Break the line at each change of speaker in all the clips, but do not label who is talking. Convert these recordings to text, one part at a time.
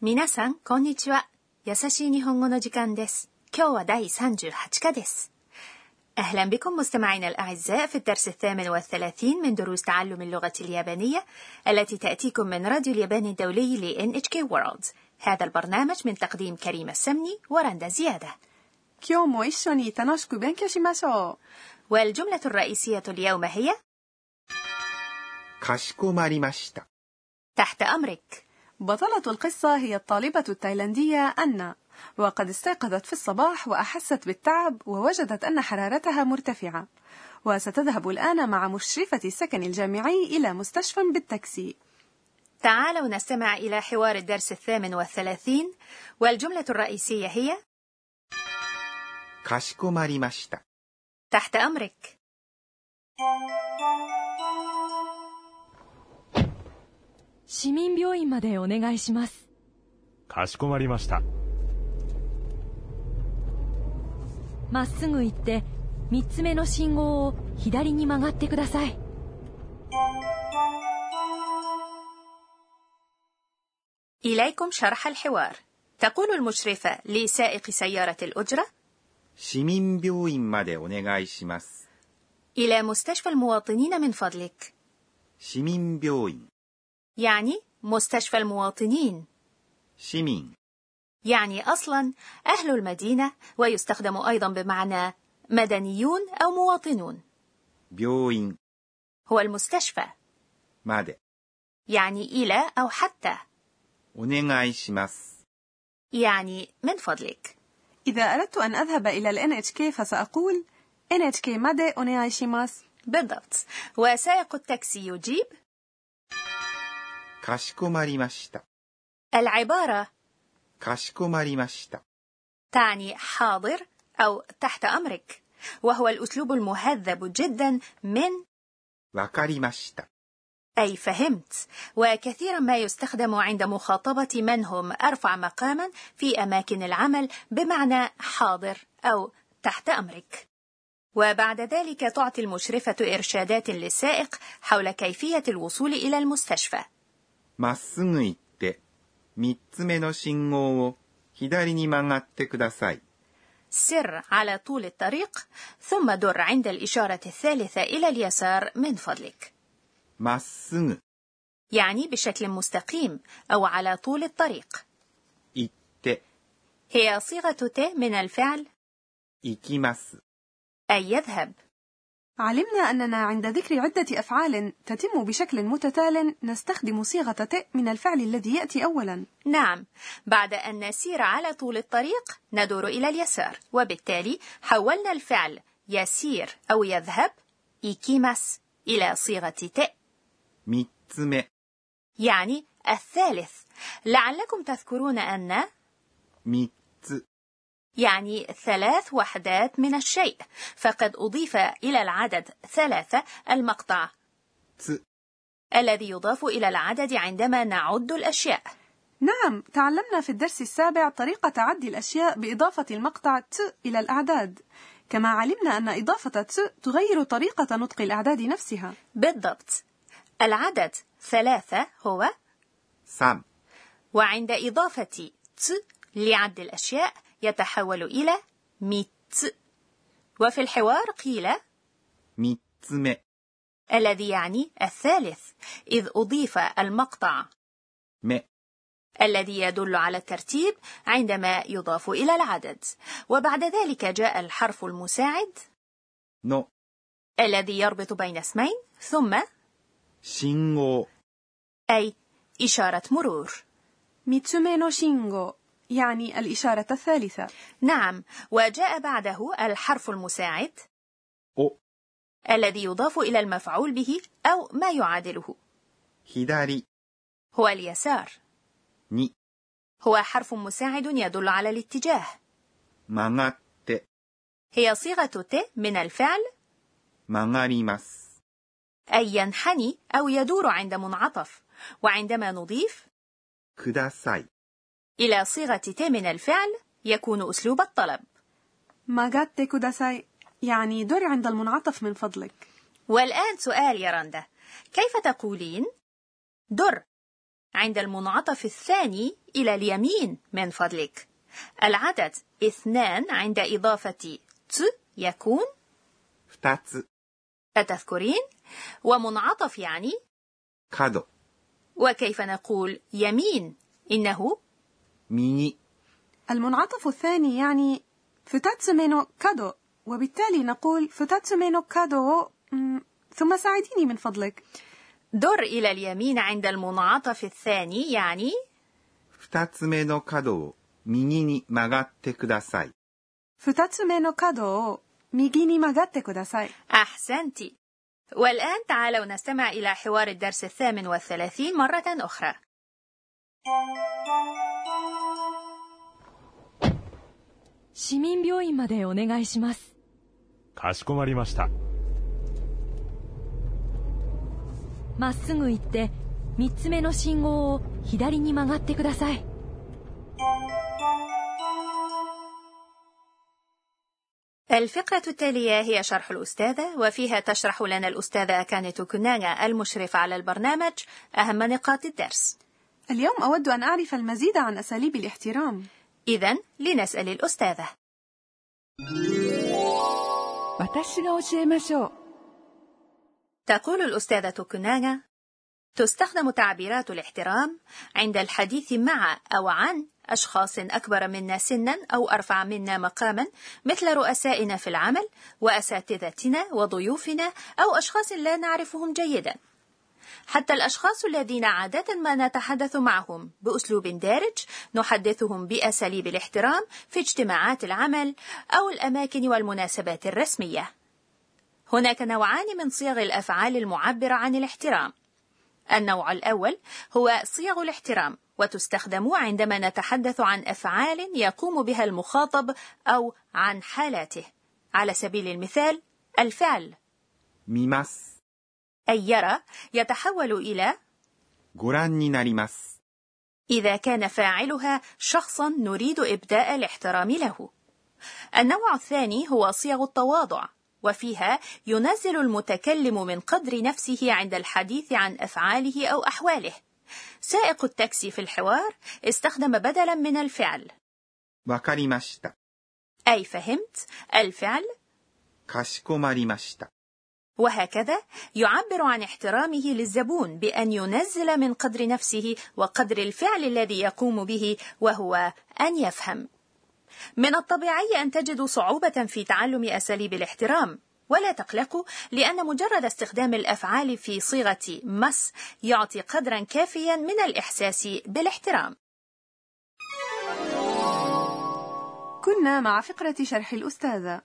皆さん、こんにちは。優しい日本語の時間です。今日は第38課です。أهلا بكم مستمعينا الأعزاء في الدرس الثامن والثلاثين من دروس تعلم اللغة اليابانية التي تأتيكم من راديو اليابان الدولي ل NHK World هذا البرنامج من تقديم كريم السمني ورندا زيادة
今日も一緒に楽しく勉強しましょ
う والجملة الرئيسية اليوم هي
かしこまりました
تحت أمرك
بطلة القصة هي الطالبة التايلاندية أنا وقد استيقظت في الصباح وأحست بالتعب ووجدت أن حرارتها مرتفعة وستذهب الآن مع مشرفة السكن الجامعي إلى مستشفى بالتاكسي
تعالوا نستمع إلى حوار الدرس الثامن والثلاثين والجملة الرئيسية هي
かしこまりました
تحت أمرك
市民病院までお願いします
かしこまりました
まっすぐ行って3つ目の信号を左に曲がってください
イライコム شرح الحوار تقول المشرفة لسائق سيارة الأجرة
市民病院までお願いします
إلى مستشفى المواطنين من فضلك
市民病院
يعني مستشفى المواطنين
市民
يعني أصلا أهل المدينة ويستخدم أيضا بمعنى مدنيون أو مواطنون
病院
هو المستشفى
まで
يعني إلى أو حتى
お願いします
يعني من فضلك
إذا أردت أن أذهب إلى ال NHK فسأقول NHK مادي أونيايشيماس
بالضبط وسائق التاكسي يجيب
かしこまりました
العبارة
かしこまりました
تعني حاضر أو تحت أمرك وهو الأسلوب المهذب جدا من
わかりました
أي فهمت وكثيرا ما يستخدم عند مخاطبة من هم أرفع مقاما في أماكن العمل بمعنى حاضر أو تحت أمرك وبعد ذلك تعطي المشرفة إرشادات للسائق حول كيفية الوصول إلى المستشفى
まっすぐ行って3つ目の信号を左に曲がってください
سر على طول الطريق ثم در عند الإشارة الثالثة إلى اليسار من فضلك
まっすぐ
يعني بشكل مستقيم أو على طول الطريق
行って
هي صيغة ت من الفعل
行きます
أي يذهب
علمنا أننا عند ذكر عدة أفعال تتم بشكل متتال نستخدم صيغة ت من الفعل الذي يأتي أولا
نعم بعد أن نسير على طول الطريق ندور إلى اليسار وبالتالي حولنا الفعل يسير أو يذهب إيكيماس إلى صيغة ت
3つ目
يعني الثالث لعلكم تذكرون أن
3つ
يعني ثلاث وحدات من الشيء فقد أضيف إلى العدد ثلاثة المقطع
つ
الذي يضاف إلى العدد عندما نعد الأشياء
نعم تعلمنا في الدرس السابع طريقة تعدي الأشياء بإضافة المقطع ت إلى الأعداد كما علمنا أن إضافة ت تغير طريقة نطق الأعداد نفسها
بالضبط العدد ثلاثة هو
3
وعند إضافة ت لعد الأشياء يتحول إلى ميت وفي الحوار قيل
3つ目
الذي يعني الثالث إذ أضيف المقطع
目
الذي يدل على الترتيب عندما يضاف إلى العدد وبعد ذلك جاء الحرف المساعد
の
الذي يربط بين اسمين ثم
信号
أي إشارة مرور
ميتسومينو شينغو يعني الإشارة الثالثة
نعم وجاء بعده الحرف المساعد
を
الذي يضاف إلى المفعول به أو ما يعادله
左
هو اليسار
に
هو حرف مساعد يدل على الاتجاه
曲がって
هي صيغة ت من الفعل
曲がります
أي ينحني أو يدور عند منعطف وعندما نضيف
ください
إلى صيغة ت من الفعل يكون أسلوب الطلب
ماغاتي كوداساي يعني دور عند المنعطف من فضلك
والآن سؤال يا رندا كيف تقولين در عند المنعطف الثاني إلى اليمين من فضلك العدد اثنان عند إضافة ت يكون
二つ、
أتذكرين؟ ومنعطف يعني
角、
وكيف نقول يمين إنه
右、
المنعطف الثاني يعني فتاتسومينو كادو وبالتالي نقول فتاتسومينو كادو مم، ثم ساعديني من فضلك
در إلى اليمين عند المنعطف الثاني يعني
二つ目の角を右に曲がってください。
فتاتسومينو كادو ميجيني ماغاتي كوداساي
أحسنت والآن تعالوا نستمع إلى حوار الدرس الثامن والثلاثين مرة أخرى
市民病院までお願いします
かしこまりました。
まっすぐ行って3つ目の信号を左に曲がってください
الفقرة التالية هي شرح الأستاذة وفيها تشرح لنا الأستاذة أكاني توكوناغا المشرف على البرنامج أهم نقاط الدرس
اليوم أود أن أعرف المزيد عن أساليب الاحترام
إذا لنسأل الأستاذة
私が教えましょう
تقول الأستاذة توكوناغا تستخدم تعبيرات الاحترام عند الحديث مع أو عن أشخاص أكبر منا سنا أو أرفع منا مقاما مثل رؤسائنا في العمل وأساتذتنا وضيوفنا أو أشخاص لا نعرفهم جيدا حتى الأشخاص الذين عادة ما نتحدث معهم بأسلوب دارج نحدثهم بأساليب الاحترام في اجتماعات العمل أو الأماكن والمناسبات الرسمية هناك نوعان من صيغ الافعال المعبره عن الاحترام النوع الاول هو صيغ الاحترام وتستخدم عندما نتحدث عن افعال يقوم بها المخاطب او عن حالاته على سبيل المثال الفعل
見ます。
اي يرى يتحول الى
ご覧になります。
إذا كان فاعلها شخصا نريد إبداء الاحترام له. النوع الثاني هو صيغ التواضع، وفيها ينزل المتكلم من قدر نفسه عند الحديث عن أفعاله أو أحواله. سائق التاكسي في الحوار استخدم بدلا من الفعل،
わかりました。
أي فهمت الفعل
かしこまりました。
وهكذا يعبر عن احترامه للزبون بأن ينزل من قدر نفسه وقدر الفعل الذي يقوم به وهو أن يفهم. من الطبيعي أن تجدوا صعوبة في تعلم أساليب الاحترام، ولا تقلقوا لأن مجرد استخدام الأفعال في صيغة مس يعطي قدرا كافيا من الإحساس بالاحترام.
كنا مع فقرة شرح الأستاذة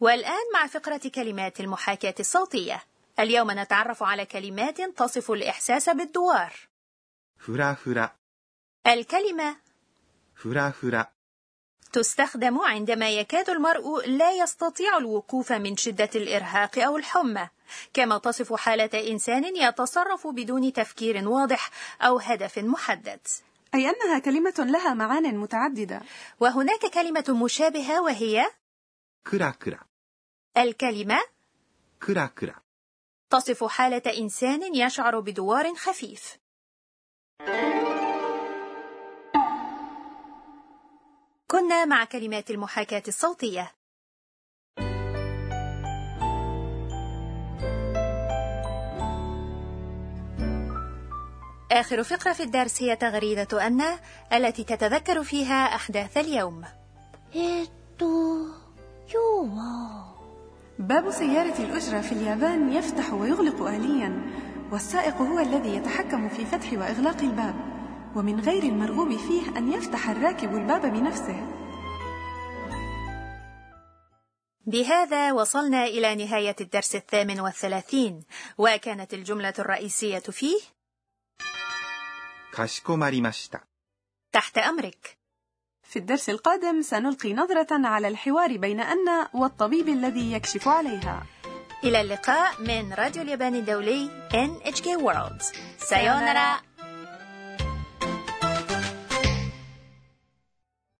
والآن مع فقرة كلمات المحاكاة الصوتية. اليوم نتعرف على كلمات تصف الإحساس بالدوار.
ふらふら、
الكلمة
ふらふら、
تستخدم عندما يكاد المرء لا يستطيع الوقوف من شدة الإرهاق أو الحمى، كما تصف حالة إنسان يتصرف بدون تفكير واضح أو هدف محدد.
أي أنها كلمة لها معان متعددة
وهناك كلمة مشابهة وهي
くらくら、
الكلمة
くらくら、
تصف حالة إنسان يشعر بدوار خفيف. كنا مع كلمات المحاكاة الصوتية. آخر فقرة في الدرس هي تغريدة أن التي تتذكر فيها أحداث اليوم.
えーっと、今日は、
باب سيارة الأجرة في اليابان يفتح ويغلق آليا والسائق هو الذي يتحكم في فتح وإغلاق الباب ومن غير المرغوب فيه أن يفتح الراكب الباب بنفسه
بهذا وصلنا إلى نهاية الدرس الثامن والثلاثين وكانت الجملة الرئيسية فيه
かしこまりました。
تحت أمرك
في الدرس القادم سنلقي نظرة على الحوار بين أن والطبيب الذي يكشف عليها
إلى اللقاء من راديو اليابان الدولي NHK World سايونارا